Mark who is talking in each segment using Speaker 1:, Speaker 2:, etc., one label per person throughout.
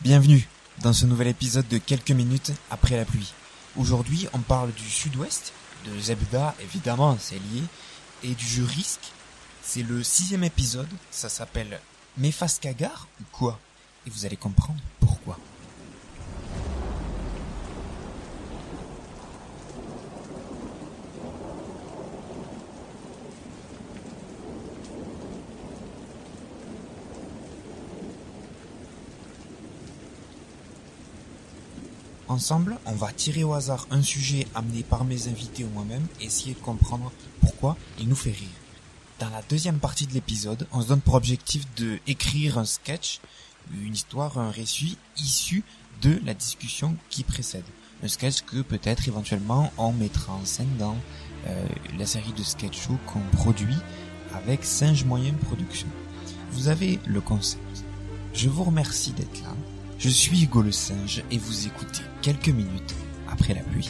Speaker 1: Bienvenue dans ce nouvel épisode de Quelques minutes après la pluie. Aujourd'hui, on parle du sud-ouest, de Zebda, évidemment, c'est lié, et du jeu Risque. C'est le sixième épisode, ça s'appelle Méphas Cagar ou quoi Et vous allez comprendre pourquoi. Ensemble, on va tirer au hasard un sujet amené par mes invités ou moi-même et essayer de comprendre pourquoi il nous fait rire. Dans la deuxième partie de l'épisode, on se donne pour objectif de écrire un sketch, une histoire, un récit issu de la discussion qui précède. Un sketch que peut-être éventuellement on mettra en scène dans euh, la série de sketch show qu'on produit avec Singe Moyen Production. Vous avez le concept. Je vous remercie d'être là. Je suis Hugo le Singe et vous écoutez quelques minutes après la pluie.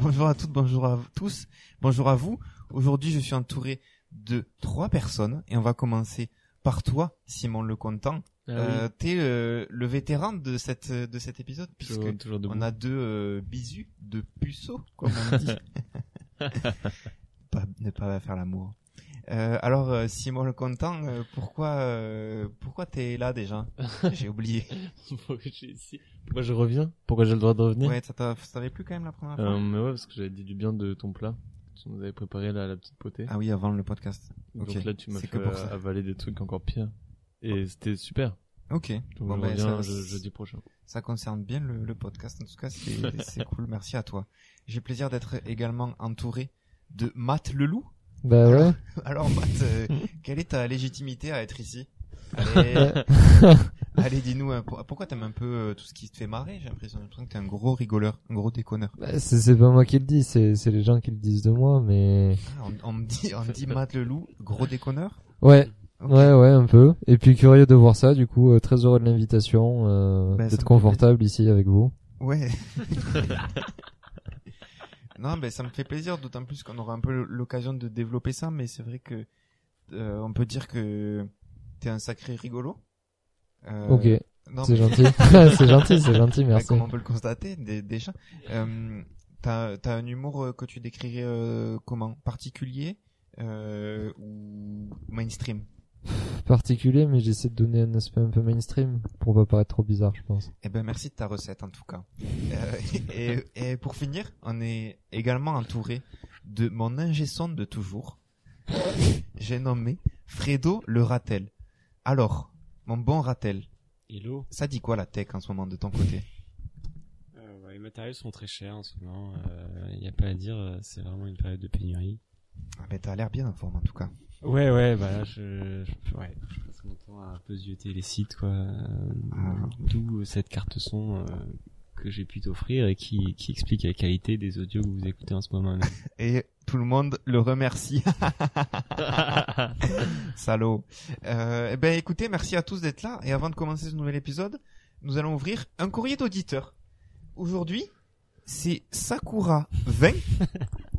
Speaker 1: Bonjour à toutes, bonjour à vous- tous, bonjour à vous. Aujourd'hui, je suis entouré de trois personnes et on va commencer par toi, Simon Le Content.
Speaker 2: Ah
Speaker 1: Euh, T'es euh, le vétéran de cette de cet épisode puisque
Speaker 2: toujours, toujours debout.
Speaker 1: on a deux euh, bisus, deux puceaux comme on dit. Pas- ne pas faire l'amour. Euh, alors euh, Simon le content, euh, pourquoi euh, pourquoi t'es là déjà J'ai oublié.
Speaker 2: Pourquoi je suis ici Pourquoi je reviens Pourquoi j'ai le droit de revenir
Speaker 1: Ouais, ça t'a- ça t'avait plus quand même la première fois.
Speaker 2: Euh, mais ouais, parce que j'avais dit du bien de ton plat. Tu nous avais préparé là, la petite potée.
Speaker 1: Ah oui, avant le podcast. ok.
Speaker 2: Donc là, tu m'as
Speaker 1: C'est
Speaker 2: fait euh,
Speaker 1: que pour ça.
Speaker 2: avaler des trucs encore pires. Et c'était super.
Speaker 1: Ok.
Speaker 2: Donc
Speaker 1: Bon,
Speaker 2: je
Speaker 1: ben, ça-
Speaker 2: reviens je- jeudi prochain.
Speaker 1: Ça concerne bien le, le podcast. En tout cas, c'est c'est cool. Merci à toi. J'ai plaisir d'être également entouré de Matt Leloup.
Speaker 3: Bah ouais.
Speaker 1: Alors Matt, euh,
Speaker 3: Mm.
Speaker 1: quelle est ta légitimité à être ici Allez, allez, dis-nous, euh, pour- pourquoi t'aimes un peu euh, tout ce qui te fait marrer J'ai l'impression j'ai l'impression que t'es un gros rigoleur, un gros déconneur.
Speaker 3: Bah, c'est c'est pas moi qui le dis, c'est c'est les gens qui le disent de moi, mais
Speaker 1: Ah, On, on me dit, on me dit Matt Leloup, gros déconneur
Speaker 3: ouais,
Speaker 1: Ok.
Speaker 3: ouais, ouais, un peu. Et puis curieux de voir ça, du coup, euh, très heureux de l'invitation,
Speaker 1: Bah,
Speaker 3: euh,
Speaker 1: ça me fait
Speaker 3: d'être confortable ici avec vous.
Speaker 1: Ouais. non, mais ça me fait plaisir, d'autant plus qu'on aura un peu l'occasion de développer ça, mais c'est vrai que euh, on peut dire que t'es un sacré rigolo. Euh,
Speaker 3: ok,
Speaker 1: non,
Speaker 3: c'est
Speaker 1: mais-
Speaker 3: gentil, c'est gentil, c'est gentil,
Speaker 1: Ouais,
Speaker 3: merci.
Speaker 1: Comme on peut le constater dé- déjà. Euh, T'as t'as un humour euh, que tu décrirais euh, comment Particulier euh, ou mainstream
Speaker 3: Particulier, mais j'essaie de donner un aspect un peu mainstream pour pas paraître trop bizarre, je pense.
Speaker 1: Eh ben merci de ta recette en tout cas. Euh, et, et pour finir, on est également entouré de mon ingé son de toujours. J'ai nommé Fredo le Ratel. Alors, mon bon Ratel,
Speaker 4: Hello.
Speaker 1: ça dit quoi la tech en ce moment de ton côté
Speaker 4: Euh, ouais, les matériaux sont très chers en ce moment. Il n'y a pas à dire, euh, c'est vraiment une période de pénurie.
Speaker 1: ah, Mais t'as l'air bien en forme en tout cas.
Speaker 4: Ouais, ouais, bah là, je, je- ouais, je passe mon temps à pesioter les sites, quoi. Euh,
Speaker 1: Ah.
Speaker 4: D'où euh, cette carte son euh, que j'ai pu t'offrir et qui, qui explique la qualité des audios que vous écoutez en ce moment. même.
Speaker 1: Et tout le monde le remercie. Salaud. Euh, eh ben écoutez, merci à tous d'être là. Et avant de commencer ce nouvel épisode, nous allons ouvrir un courrier d'auditeur. Aujourd'hui, c'est Sakura 20,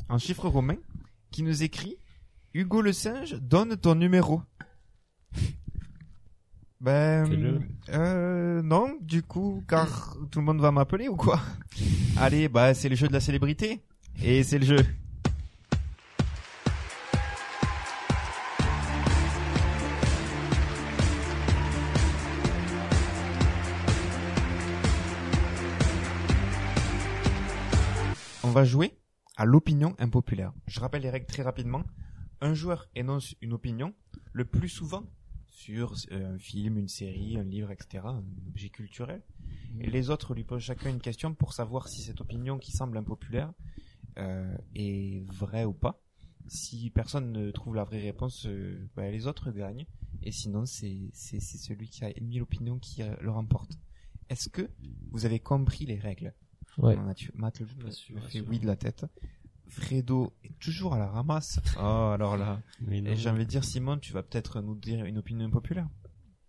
Speaker 1: en chiffre romain, qui nous écrit Hugo le singe donne ton numéro.
Speaker 4: Fais-le.
Speaker 1: Ben euh, non, du coup, car tout le monde va m'appeler ou quoi Allez, bah c'est le jeu de la célébrité et c'est le jeu. On va jouer à l'opinion impopulaire. Je rappelle les règles très rapidement. Un joueur énonce une opinion, le plus souvent sur euh, un film, une série, un livre, etc., un objet culturel. Et les autres lui posent chacun une question pour savoir si cette opinion qui semble impopulaire euh, est vraie ou pas. Si personne ne trouve la vraie réponse, euh, bah, les autres gagnent. Et sinon, c'est c'est- c'est celui qui a émis l'opinion qui euh, le remporte. Est-ce que vous avez compris les règles
Speaker 3: Ouais.
Speaker 1: On a tué- Matt Leloup
Speaker 4: Pas sûr,
Speaker 1: me
Speaker 4: pas
Speaker 1: fait
Speaker 4: sûr.
Speaker 1: oui de la tête. Fredo est toujours à la ramasse. Oh, alors là.
Speaker 4: Mais non.
Speaker 1: Et j'ai envie de dire, Simone, tu vas peut-être nous dire une opinion populaire.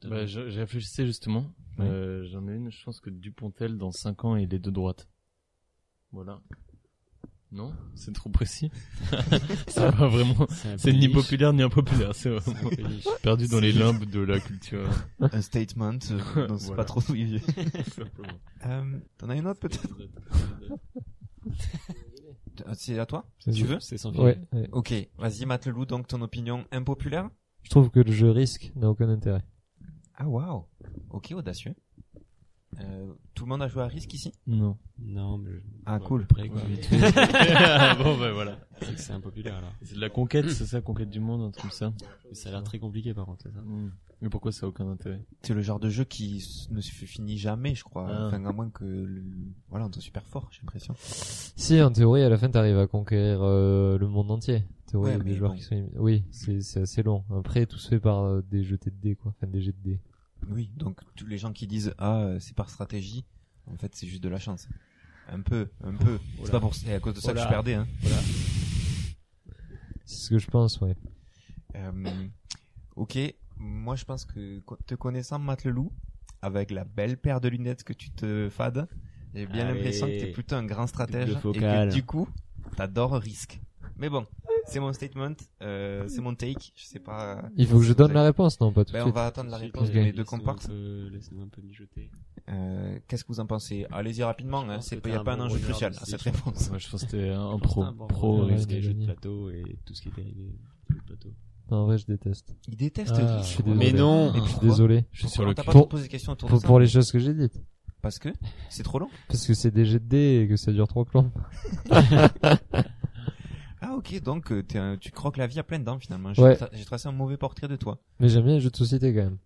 Speaker 2: Bah, je, je réfléchissais justement. Euh, J'en ai une, je pense que Dupontel, dans 5 ans, il est de droite. Voilà. Non C'est trop précis. Ça va vraiment...
Speaker 4: un
Speaker 2: C'est
Speaker 4: peu
Speaker 2: ni
Speaker 4: niche.
Speaker 2: populaire ni impopulaire, c'est
Speaker 4: C'est un
Speaker 2: vraiment
Speaker 4: peu niche.
Speaker 2: perdu dans les limbes de la culture.
Speaker 1: Un statement, euh, dont c'est
Speaker 2: Voilà.
Speaker 1: pas trop souillé.
Speaker 2: Simplement.
Speaker 1: Euh, T'en as une autre peut-être Euh, C'est à toi
Speaker 3: Vas-y.
Speaker 1: Tu veux
Speaker 4: C'est sans
Speaker 3: Ouais,
Speaker 4: filet.
Speaker 3: ouais.
Speaker 1: Ok, vas-y Matt Leloup, donc ton opinion impopulaire
Speaker 3: Je trouve que le jeu risque n'a aucun intérêt.
Speaker 1: Ah waouh Ok, audacieux. Euh, tout le monde a joué à risque ici
Speaker 2: Non.
Speaker 4: Non, mais je-
Speaker 1: Ah
Speaker 4: Ouais,
Speaker 1: cool.
Speaker 4: Après, quoi. mais tu vois,
Speaker 2: bon, ben voilà.
Speaker 4: C'est que c'est impopulaire, alors.
Speaker 2: C'est de la conquête, c'est ça, conquête du monde, un truc comme ça.
Speaker 4: Mais Ça a l'air très compliqué, par contre, c'est ça
Speaker 2: Hmm. Mais pourquoi ça a aucun intérêt
Speaker 1: C'est le genre de jeu qui s- ne se finit jamais, je crois.
Speaker 2: Ah.
Speaker 1: Enfin, à moins que... le- Voilà, on est super fort, j'ai l'impression.
Speaker 3: Si, en théorie, à la fin, t'arrives à conquérir euh, le monde entier. En théorie,
Speaker 1: Ouais,
Speaker 3: il y a des
Speaker 1: mais
Speaker 3: joueurs
Speaker 1: bon.
Speaker 3: qui sont... éliminés. Oui, c'est c'est assez long. Après, tout se fait par euh, des jetés de dés, quoi. Enfin, des jets de dés.
Speaker 1: Oui, donc tous les gens qui disent « Ah, euh, c'est par stratégie », en fait, c'est juste de la chance. Un peu, un peu. C'est
Speaker 4: Voilà.
Speaker 1: pas pour... C'est à cause de ça que je
Speaker 4: Voilà.
Speaker 1: perdais, hein.
Speaker 3: C'est ce que je pense, ouais.
Speaker 1: Euh, ok, moi je pense que co- te connaissant Matt Leloup, avec la belle paire de lunettes que tu te fades, j'ai bien
Speaker 4: Allez.
Speaker 1: l'impression que t'es plutôt un grand stratège
Speaker 4: Double
Speaker 1: et
Speaker 4: focale.
Speaker 1: que du coup t'adores risque. Mais bon, c'est mon statement, euh, c'est mon take, je sais pas.
Speaker 3: Il faut que je donne
Speaker 1: la
Speaker 3: la réponse, non, pas tout de
Speaker 1: ben, on
Speaker 3: suite.
Speaker 1: va attendre la
Speaker 4: Ensuite,
Speaker 1: réponse
Speaker 4: euh,
Speaker 1: de mes deux
Speaker 4: laisse-nous un
Speaker 1: comparses.
Speaker 4: peu- Laisse-nous un peu mijoter.
Speaker 1: Euh, Qu'est-ce que vous en pensez Allez-y rapidement,
Speaker 4: Je
Speaker 1: hein,
Speaker 4: pense
Speaker 1: c'est
Speaker 4: que
Speaker 1: pas, y
Speaker 4: t'as
Speaker 1: a
Speaker 4: un
Speaker 1: pas un
Speaker 4: bon
Speaker 1: enjeu
Speaker 4: regard
Speaker 1: crucial à
Speaker 4: artistique.
Speaker 1: cette réponse.
Speaker 2: Moi, je pense que c'était un, un pro, pro
Speaker 3: ouais,
Speaker 4: pro,
Speaker 2: risque.
Speaker 3: ouais.
Speaker 4: les jeux de
Speaker 3: Denis.
Speaker 4: plateau et tout ce qui est dérivé du jeu de plateau.
Speaker 3: Non, en vrai, je déteste.
Speaker 1: Il déteste
Speaker 3: Ah, je
Speaker 1: risque.
Speaker 3: suis désolé.
Speaker 4: Mais non.
Speaker 3: Je suis désolé.
Speaker 2: Je suis sur
Speaker 1: On
Speaker 2: le
Speaker 1: t'a
Speaker 2: cul.
Speaker 1: pas
Speaker 3: Pour-
Speaker 1: trop posé de questions autour de
Speaker 3: Pour,
Speaker 1: ça
Speaker 3: pour les choses que j'ai dites.
Speaker 1: Parce que c'est trop long.
Speaker 3: Parce que c'est des jets de dés et que ça dure trop long.
Speaker 1: Ah ok, donc euh, t'es un- tu croques la vie à pleines dents finalement. J'ai
Speaker 3: Ouais.
Speaker 1: tra- j'ai tracé un mauvais portrait de toi.
Speaker 3: Mais j'aime bien les jeux de société, quand même.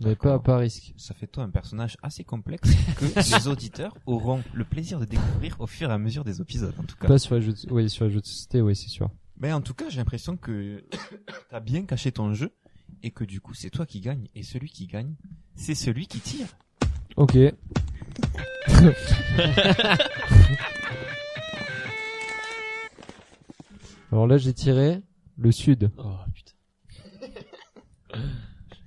Speaker 3: Mais pas à
Speaker 1: D'accord.
Speaker 3: pas risque.
Speaker 1: Ça fait de toi un personnage assez complexe que les auditeurs auront le plaisir de découvrir au fur et à mesure des épisodes en tout cas.
Speaker 3: Pas sur les jeux de, oui, sur les jeux de société, oui, c'est sûr.
Speaker 1: Mais en tout cas, j'ai l'impression que t'as bien caché ton jeu et que du coup c'est toi qui gagne et celui qui gagne c'est celui qui tire.
Speaker 3: Ok. Alors là, j'ai tiré le sud.
Speaker 4: Oh putain.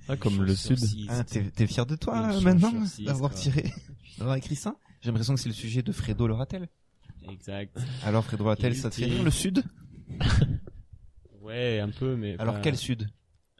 Speaker 2: Ah, comme le sud.
Speaker 1: Hein, T'es t'es fier de toi
Speaker 4: Une
Speaker 1: euh,
Speaker 4: chance
Speaker 1: maintenant
Speaker 4: sur six,
Speaker 1: d'avoir
Speaker 4: quoi.
Speaker 1: tiré, d'avoir écrit ça J'ai l'impression que c'est le sujet de Fredo Loratel.
Speaker 4: Exact.
Speaker 1: Alors Fredo Loratel, ça te fait rire le sud
Speaker 4: Ouais, un peu, mais.
Speaker 1: Alors
Speaker 4: pas-
Speaker 1: quel sud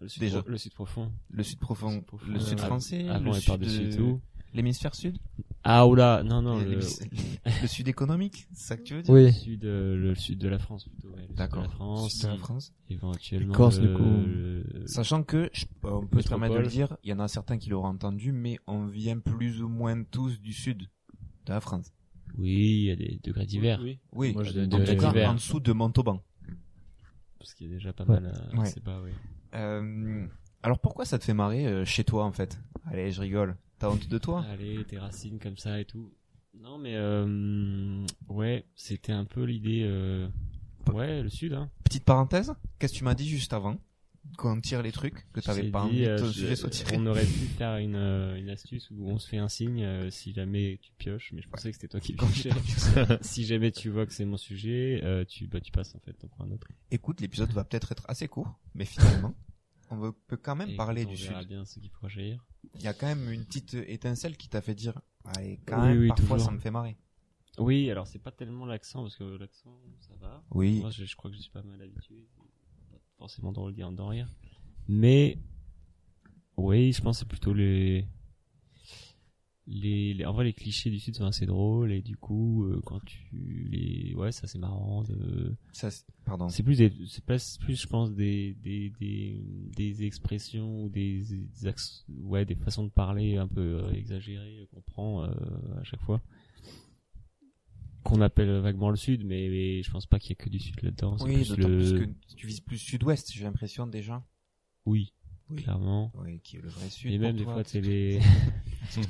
Speaker 4: le sud,
Speaker 1: déjà
Speaker 4: pro- le sud profond.
Speaker 1: Le sud profond,
Speaker 4: profond.
Speaker 1: le sud
Speaker 4: Euh,
Speaker 1: français,
Speaker 4: Avant
Speaker 1: le
Speaker 4: et
Speaker 1: sud
Speaker 4: par-dessus
Speaker 1: euh,
Speaker 4: tout.
Speaker 1: l'hémisphère sud
Speaker 4: Ah oula, non, non,
Speaker 1: le,
Speaker 4: le
Speaker 1: le sud économique, c'est ça que tu veux dire
Speaker 3: Oui.
Speaker 4: sud, euh, le sud de la France plutôt. ouais, le sud
Speaker 1: D'accord.
Speaker 4: de La France.
Speaker 1: Sud de la France.
Speaker 4: Éventuellement.
Speaker 2: Corse,
Speaker 4: le-
Speaker 2: du coup.
Speaker 4: le-
Speaker 1: Sachant que, je- euh, on peut se permettre de le
Speaker 4: Métropole.
Speaker 1: dire, il y en a certains qui l'auront entendu, mais on vient plus ou moins tous du sud de la France.
Speaker 4: Oui, il y a des degrés divers.
Speaker 2: Oui.
Speaker 1: Oui,
Speaker 2: Moi, je
Speaker 1: en
Speaker 4: dirais
Speaker 1: tout cas,
Speaker 4: l'hiver.
Speaker 1: en dessous de Montauban.
Speaker 4: Parce qu'il y a déjà pas
Speaker 3: Ouais.
Speaker 4: mal. à-
Speaker 1: Ouais.
Speaker 4: C'est pas, ouais.
Speaker 1: Euh, alors pourquoi ça te fait marrer euh, chez toi en fait Allez, je rigole. T'as honte de toi
Speaker 4: Allez, tes racines comme ça et tout. Non, mais euh, ouais, c'était un peu l'idée. euh, Ouais, le sud, hein.
Speaker 1: Petite parenthèse, qu'est-ce que tu m'as dit juste avant Qu'on tire les trucs, que
Speaker 4: Je
Speaker 1: t'avais
Speaker 4: t'ai
Speaker 1: pas
Speaker 4: dit,
Speaker 1: envie
Speaker 4: euh,
Speaker 1: de ton
Speaker 4: je-
Speaker 1: sujet soit tiré.
Speaker 4: On aurait pu faire une, euh, une astuce où on se fait un signe euh, si jamais tu pioches, mais je pensais que c'était toi qui piochais. si jamais tu vois que c'est mon sujet, euh, tu bah tu passes en fait, t'en prends un autre.
Speaker 1: Écoute, l'épisode va peut-être être assez court, mais finalement, on veut- peut quand même
Speaker 4: Et
Speaker 1: parler
Speaker 4: écoute,
Speaker 1: du
Speaker 4: on
Speaker 1: sud.
Speaker 4: verra bien ce qu'il faut agir.
Speaker 1: Il y a quand même une petite étincelle qui t'a fait dire Allez, quand
Speaker 4: Oui,
Speaker 1: même,
Speaker 4: oui,
Speaker 1: parfois
Speaker 4: toujours.
Speaker 1: ça me fait marrer.
Speaker 4: Oui, alors c'est pas tellement l'accent parce que l'accent ça va.
Speaker 1: Oui.
Speaker 4: Moi je, je crois que je suis pas mal habitué, C'est pas forcément dans le dire dans rire. Mais oui, je pense que c'est plutôt les les, les- en vrai les clichés du sud sont assez drôles et du coup euh, quand tu les ouais ça c'est marrant de
Speaker 1: Ça, c'est- pardon.
Speaker 4: C'est plus des, c'est pas plus je pense des des des, des expressions ou des, des acc- ouais des façons de parler un peu euh, exagérées qu'on prend euh, à chaque fois qu'on appelle vaguement le sud mais, mais je pense pas qu'il y a que du sud là-dedans c'est
Speaker 1: Oui,
Speaker 4: plus
Speaker 1: d'autant
Speaker 4: le
Speaker 1: plus que tu vises plus sud-ouest, j'ai l'impression déjà.
Speaker 4: oui,
Speaker 1: Oui.
Speaker 4: clairement
Speaker 1: Oui, qui est le vrai sud.
Speaker 4: et même
Speaker 1: pour
Speaker 4: des
Speaker 1: toi.
Speaker 4: fois c'est les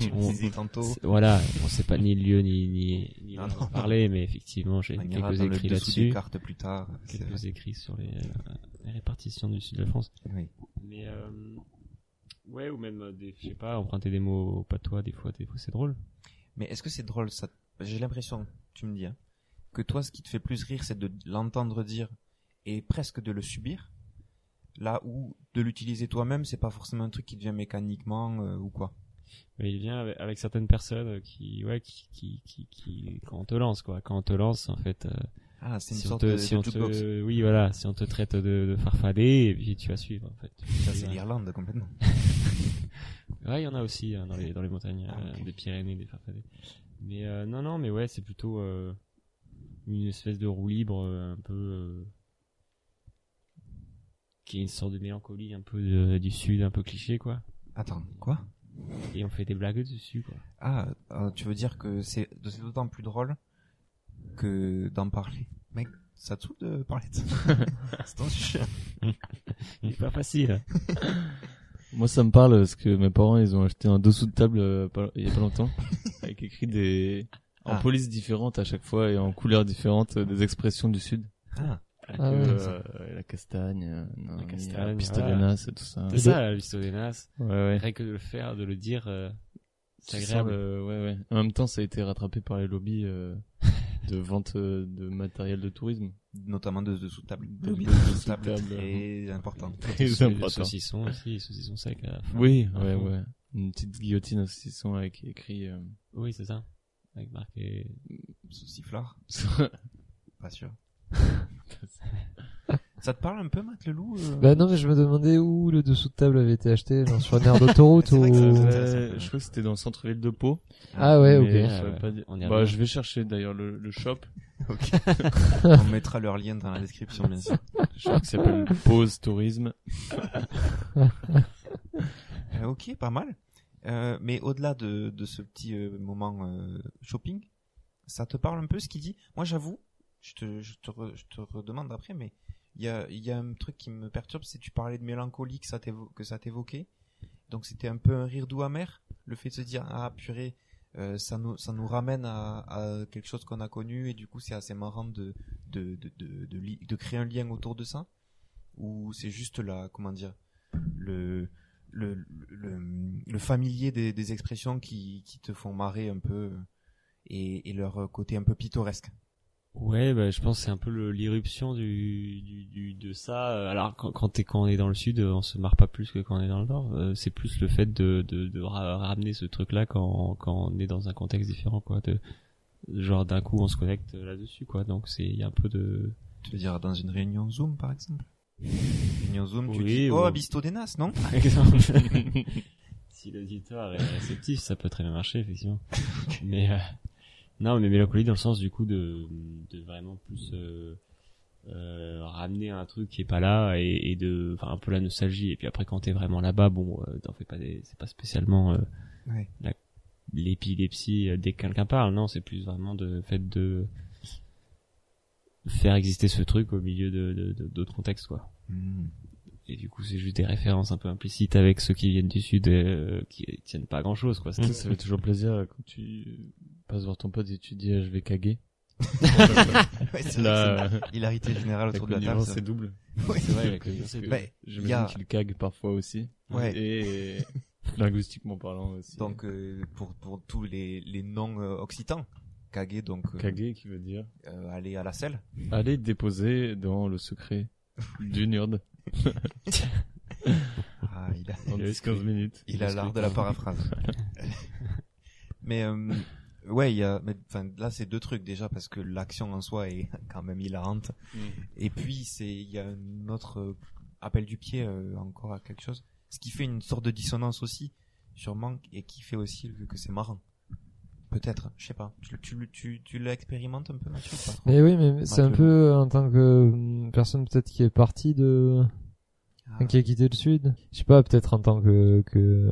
Speaker 1: Tu me
Speaker 4: on-
Speaker 1: disais tantôt.
Speaker 4: c'est- voilà on sait pas ni le lieu ni ni, ni
Speaker 1: Non, non.
Speaker 4: l'endroit de parler mais effectivement j'ai
Speaker 1: On ira
Speaker 4: quelques
Speaker 1: dans le
Speaker 4: écrits
Speaker 1: dessous des
Speaker 4: là-dessus
Speaker 1: cartes plus tard. c'est vrai.
Speaker 4: quelques écrits sur les, euh, les répartitions du sud de la France
Speaker 1: Oui.
Speaker 4: Mais euh, ouais, ou même euh, des, je sais pas, emprunter des mots patois des fois, des fois c'est drôle.
Speaker 1: Mais est-ce que c'est drôle ça J'ai l'impression, tu me dis, hein, que toi, ce qui te fait plus rire, c'est de l'entendre dire et presque de le subir. Là où de l'utiliser toi-même, c'est pas forcément un truc qui devient mécaniquement euh, ou quoi.
Speaker 4: Mais il vient avec, avec certaines personnes euh, qui, ouais, qui, qui, qui, qui- quand on te lance, quoi. Quand on te lance, en fait, euh,
Speaker 1: Ah, c'est une
Speaker 4: si on
Speaker 1: sorte
Speaker 4: te,
Speaker 1: de,
Speaker 4: si
Speaker 1: de
Speaker 4: on
Speaker 1: jukebox.
Speaker 4: te, oui, voilà, si on te traite de, de farfadé, et puis tu vas suivre, en fait.
Speaker 1: Ça, c'est l'Irlande complètement.
Speaker 4: Ouais, il y en a aussi hein, dans les dans les montagnes
Speaker 1: Ah,
Speaker 4: euh,
Speaker 1: ok.
Speaker 4: des Pyrénées, des Farfadets. Mais euh, non, non, mais ouais, c'est plutôt euh, une espèce de roue libre, euh, un peu euh, qui est une sorte de mélancolie, un peu de- du sud, un peu cliché, quoi.
Speaker 1: Attends, quoi
Speaker 4: Et on fait des blagues dessus, quoi.
Speaker 1: Ah, euh, tu veux dire que c'est c'est d'autant plus drôle que d'en parler. Mec, ça te saoule de parler de ça C'est ton sujet.
Speaker 4: C'est pas facile.
Speaker 2: Moi, ça me parle parce que mes parents, ils ont acheté un dessous de table euh, pas- il y a pas longtemps, avec écrit des en
Speaker 1: Ah.
Speaker 2: polices différentes à chaque fois et en couleurs différentes euh, des expressions du sud.
Speaker 1: Ah,
Speaker 2: Avec,
Speaker 3: Ah ouais.
Speaker 2: euh, la castagne, euh, non,
Speaker 4: La
Speaker 2: il y a
Speaker 4: castagne,
Speaker 2: pistolenas et tout ça.
Speaker 4: C'est ça, la liste des nasses.
Speaker 2: Ouais, ouais.
Speaker 4: Rien que de le faire, de le dire, euh, c'est
Speaker 2: Tu sens
Speaker 4: agréable.
Speaker 2: le- euh, ouais, ouais. En même temps, ça a été rattrapé par les lobbies euh, de vente euh, de matériel de tourisme.
Speaker 1: notamment de, de sous-table.
Speaker 2: De-
Speaker 1: Oui,
Speaker 2: de
Speaker 1: de
Speaker 2: sous-table.
Speaker 1: sous-table,
Speaker 4: euh,
Speaker 1: très important.
Speaker 2: Très
Speaker 4: Le
Speaker 2: important.
Speaker 4: saucisson aussi, les saucissons secs. euh, à la fin.
Speaker 2: Oui,
Speaker 4: À
Speaker 2: ouais,
Speaker 4: fond.
Speaker 2: ouais. Une petite guillotine au saucisson avec écrit euh,
Speaker 4: Oui, c'est ça. Avec marqué.
Speaker 1: Sous-sifflard,
Speaker 2: sur-
Speaker 1: pas sûr. ça te parle un peu, Matt Leloup euh
Speaker 3: Bah non, mais je me demandais où le dessous de table avait été acheté, genre sur une aire d'autoroute
Speaker 1: C'est
Speaker 3: ou...
Speaker 1: vrai que ça, c'est vrai.
Speaker 2: Ouais, je crois que c'était dans le centre-ville de Pau.
Speaker 3: Ah ouais,
Speaker 2: mais
Speaker 3: ok.
Speaker 2: je saurais
Speaker 4: ouais.
Speaker 2: pas dire-
Speaker 4: On y
Speaker 2: bah,
Speaker 4: revient.
Speaker 2: je vais chercher d'ailleurs le, le shop.
Speaker 1: Ok. On mettra leur lien dans la description, bien sûr.
Speaker 2: Le shop qui s'appelle Pause Tourisme.
Speaker 1: Euh, ok, pas mal. Euh, mais au-delà de, de ce petit euh, moment euh, shopping, ça te parle un peu ce qu'il dit Moi, j'avoue, je te, je, te re- je te redemande après, mais il y a, il y a un truc qui me perturbe, c'est que tu parlais de mélancolie que ça t'évo- que ça t'évoquait. Donc, c'était un peu un rire doux amer, le fait de se dire Ah, purée, euh, ça, nous, ça nous ramène à, à quelque chose qu'on a connu, et du coup, c'est assez marrant de, de, de, de, de li- de créer un lien autour de ça. Ou c'est juste la, comment dire, le, le, le, le familier des, des expressions qui, qui te font marrer un peu euh, et, et leur côté un peu pittoresque.
Speaker 4: Ouais, bah, je pense que c'est un peu le- l'irruption du, du, du- de ça. Euh, Alors quand quand, t'es- quand on est dans le sud, euh, on se marre pas plus que quand on est dans le nord. Euh, c'est plus le fait de, de, de ra- ramener ce truc-là quand, quand on est dans un contexte différent, quoi. De, genre d'un coup, on se connecte euh, là-dessus, quoi. Donc c'est il y a un peu de.
Speaker 1: Tu veux dire dans une réunion Zoom par exemple Réunion Zoom, tu
Speaker 4: Oui,
Speaker 1: dis
Speaker 4: ou-
Speaker 1: Oh, bisto des nas, non
Speaker 4: Par exemple, si l'auditeur est réceptif, ça peut très bien marcher, effectivement. mais euh, non, mais mélancolie dans le sens du coup de, de vraiment plus euh, euh, ramener un truc qui est pas là et, et de enfin un peu la nostalgie. Et puis après, quand t'es vraiment là-bas, bon, euh, t'en fais pas des, c'est pas spécialement euh,
Speaker 1: Ouais.
Speaker 4: la- l'épilepsie euh, dès que quelqu'un parle. Non, c'est plus vraiment de le fait de faire exister ce truc au milieu de de- de- d'autres contextes, quoi
Speaker 1: Hmm.
Speaker 4: et du coup c'est juste des références un peu implicites avec ceux qui viennent du sud et euh, qui tiennent pas à grand chose quoi
Speaker 2: Ça, ça fait toujours plaisir euh, quand tu passes voir ton pote et tu dis euh, je vais caguer.
Speaker 1: Ouais, c'est vrai que
Speaker 2: Là, euh,
Speaker 1: c'est Hilarité générale
Speaker 2: la
Speaker 1: autour de la table.
Speaker 2: connivence
Speaker 1: ça.
Speaker 2: c'est double.
Speaker 1: Ouais.
Speaker 4: c'est vrai
Speaker 1: Bah, il y
Speaker 2: J'imagine
Speaker 1: a-
Speaker 2: qu'il cague parfois aussi.
Speaker 1: Ouais.
Speaker 2: Et linguistiquement parlant aussi.
Speaker 1: Donc euh, pour, pour tous les, les noms euh, occitans, caguer donc euh,
Speaker 2: caguer qui veut dire
Speaker 1: euh, aller à la selle.
Speaker 2: aller déposer dans le secret d'une urne
Speaker 1: Ah, il a-
Speaker 2: en 15 minutes.
Speaker 1: Il a l'art de la paraphrase. mais euh, ouais, il y a, mais, enfin là c'est deux trucs déjà parce que l'action en soi est quand même hilarante.
Speaker 2: Mm.
Speaker 1: Et puis c'est il y a un autre euh, appel du pied euh, encore à quelque chose, ce qui fait une sorte de dissonance aussi, sûrement, et qui fait aussi que, que c'est marrant. Peut-être, je sais pas. Tu, le- tu, le- tu, tu l'expérimentes un peu, Mathieu, ou pas trop
Speaker 3: Mais oui, mais c'est un
Speaker 1: Mathieu.
Speaker 3: peu euh, en tant que euh, personne peut-être qui est partie de...
Speaker 1: Ah,
Speaker 3: Quelqu'un qui a quitté le sud. Je sais pas, peut-être en tant que... que...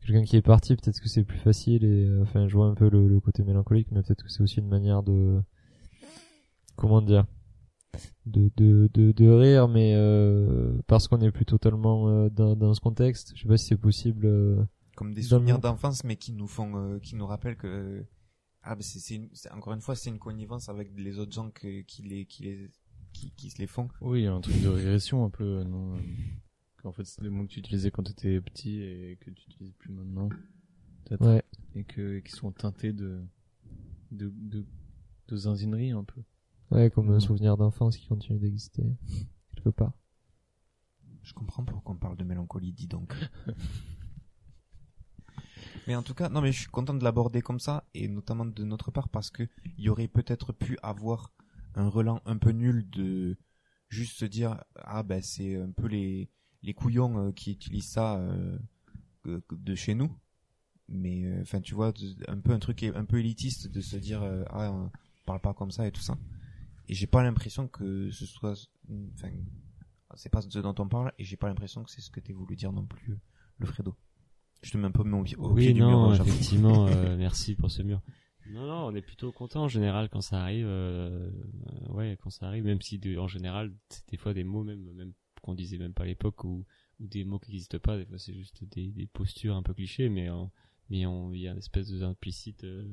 Speaker 3: Quelqu'un qui est parti, peut-être que c'est plus facile et euh, enfin je vois un peu le, le côté mélancolique, mais peut-être que c'est aussi une manière de comment dire de de de, de rire, mais euh, parce qu'on est plus totalement euh, dans, dans ce contexte. Je sais pas si c'est possible. euh,
Speaker 1: Comme des
Speaker 3: Dans
Speaker 1: souvenirs
Speaker 3: le-
Speaker 1: d'enfance, mais qui nous font, euh, qui nous rappellent que ah ben c'est- c'est une- c'est- encore une fois c'est une connivence avec les autres gens que, qui les qui les qui, qui se les font.
Speaker 2: Oui, il y a un truc de régression un peu, euh, non euh, En fait, c'est des mots que tu utilisais quand tu étais petit et que tu utilises plus maintenant. peut-être,
Speaker 3: Ouais.
Speaker 2: Et que, qui sont teintés de, de, de de zinzinerie un peu.
Speaker 3: Ouais, comme
Speaker 1: Mhm.
Speaker 3: un souvenir d'enfance qui continue d'exister quelque part.
Speaker 1: Je comprends pourquoi on parle de mélancolie, dis donc. mais en tout cas, non, mais je suis content de l'aborder comme ça, et notamment de notre part, parce que il y aurait peut-être pu avoir un relan un peu nul de juste se dire, ah ben c'est un peu les, les couillons euh, qui utilisent ça euh, que- que- de chez nous. Mais euh, enfin, tu vois, de- un peu un truc é- un peu élitiste de se dire, euh, ah, on parle pas comme ça et tout ça. Et j'ai pas l'impression que ce soit, enfin, c'est pas ce dont on parle et j'ai pas l'impression que c'est ce que t'es voulu dire non plus, euh, le Fredo. Je te mets un peu mon, au pied
Speaker 4: oui,
Speaker 1: du mur.
Speaker 4: non,
Speaker 1: hein, j'avoue.
Speaker 4: effectivement, euh, merci pour ce mur. Non, non, on est plutôt content en général quand ça arrive. euh, euh, ouais, quand ça arrive, même si de- en général, c'est des fois des mots même, même qu'on disait même pas à l'époque ou, ou des mots qui n'existent pas. Des fois, c'est juste des, des postures un peu clichés, mais en- mais on il y a une espèce de implicite. euh,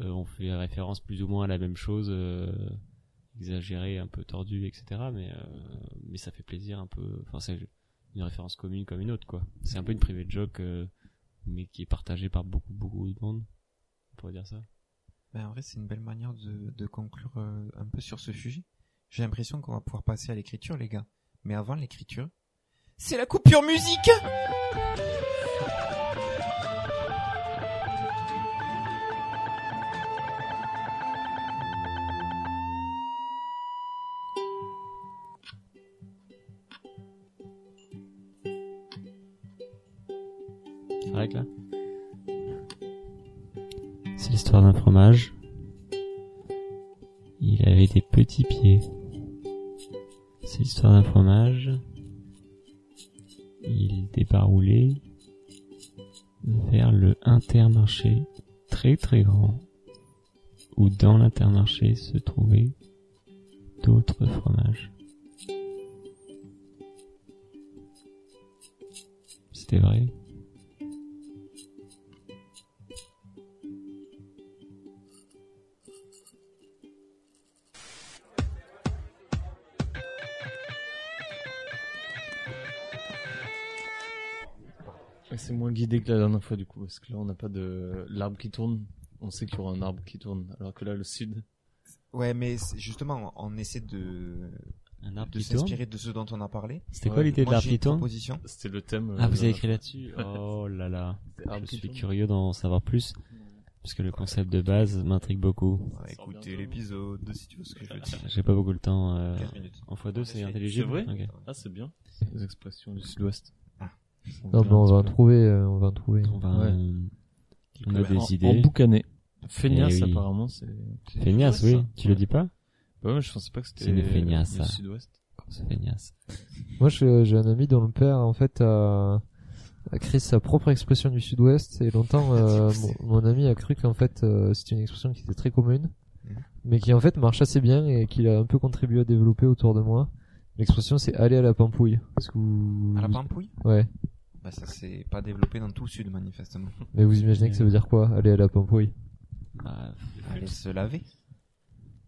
Speaker 4: euh, on fait référence plus ou moins à la même chose, euh, exagérée, un peu tordue, etc. Mais euh, mais ça fait plaisir un peu. Enfin, c'est une référence commune comme une autre, quoi. C'est un peu une private joke. euh, mais qui est partagé par beaucoup beaucoup de monde. On pourrait dire ça.
Speaker 1: Ben, en vrai, c'est une belle manière de, de conclure euh, un peu sur ce sujet. J'ai l'impression qu'on va pouvoir passer à l'écriture, les gars. Mais avant l'écriture, c'est la coupure musique
Speaker 4: Arrête là. C'est l'histoire d'un fromage. Il avait des petits pieds. C'est l'histoire d'un fromage. Il débaroulait vers le intermarché très très grand où dans l'intermarché se trouvaient d'autres fromages. C'était vrai.
Speaker 2: Ouais, C'est moins guidé que la dernière fois du coup, parce que là on n'a pas de l'arbre qui tourne. On sait qu'il y aura un arbre qui tourne, alors que là le sud.
Speaker 1: Ouais, mais c'est- justement, on essaie de,
Speaker 4: Un arbre
Speaker 1: de
Speaker 4: qui tourne.
Speaker 1: s'inspirer de ce dont on a parlé.
Speaker 4: C'était
Speaker 2: Ouais,
Speaker 4: quoi l'idée de
Speaker 1: Moi,
Speaker 4: l'arbre
Speaker 1: j'ai
Speaker 4: qui
Speaker 1: une
Speaker 4: tourne
Speaker 1: proposition.
Speaker 2: C'était le
Speaker 3: euh,
Speaker 2: thème. euh,
Speaker 4: Ah, vous avez écrit là-dessus Oh là là. Je suis curieux d'en savoir plus. Parce que le concept de base m'intrigue beaucoup.
Speaker 1: Ouais,
Speaker 2: sort
Speaker 1: écoutez
Speaker 2: bientôt.
Speaker 1: l'épisode si tu veux ce que je veux dire.
Speaker 4: J'ai pas beaucoup le temps. euh,
Speaker 1: 15 minutes.
Speaker 4: En x2, c'est intelligible.
Speaker 2: Ah, C'est vrai
Speaker 4: Ok.
Speaker 2: Ah, c'est bien. Les expressions du sud-ouest.
Speaker 1: Ah.
Speaker 3: Non, mais on va en trouver, euh, on va en trouver.
Speaker 4: On va.
Speaker 2: Ouais.
Speaker 4: euh, on a
Speaker 2: En-
Speaker 4: des
Speaker 2: En
Speaker 4: idées.
Speaker 2: boucané. Feignasse,
Speaker 4: Eh oui.
Speaker 2: apparemment, c'est.
Speaker 4: Feignasse,
Speaker 2: Ouais,
Speaker 4: oui.
Speaker 2: ça.
Speaker 4: Tu le dis pas
Speaker 2: Bah ouais, je pensais pas que c'était.
Speaker 4: C'est une feignasse,
Speaker 2: le
Speaker 4: ça.
Speaker 2: sud-ouest.
Speaker 4: Comme ce feignasse.
Speaker 3: Moi, je- j'ai un ami dont le père, en fait, a, a créé sa propre expression du Sud-Ouest. Et longtemps, euh, mon, mon ami a cru qu'en fait, euh, c'était une expression qui était très commune,
Speaker 1: Mhm.
Speaker 3: mais qui en fait marche assez bien et qu'il a un peu contribué à développer autour de moi. L'expression, c'est aller à la pampouille. Est-ce que vous...
Speaker 1: À la pampouille
Speaker 3: Ouais.
Speaker 1: Bah ça s'est pas développé dans tout le sud manifestement.
Speaker 3: Mais vous imaginez que ça veut dire quoi Aller à la pampouille
Speaker 4: Bah,
Speaker 1: Allez se laver.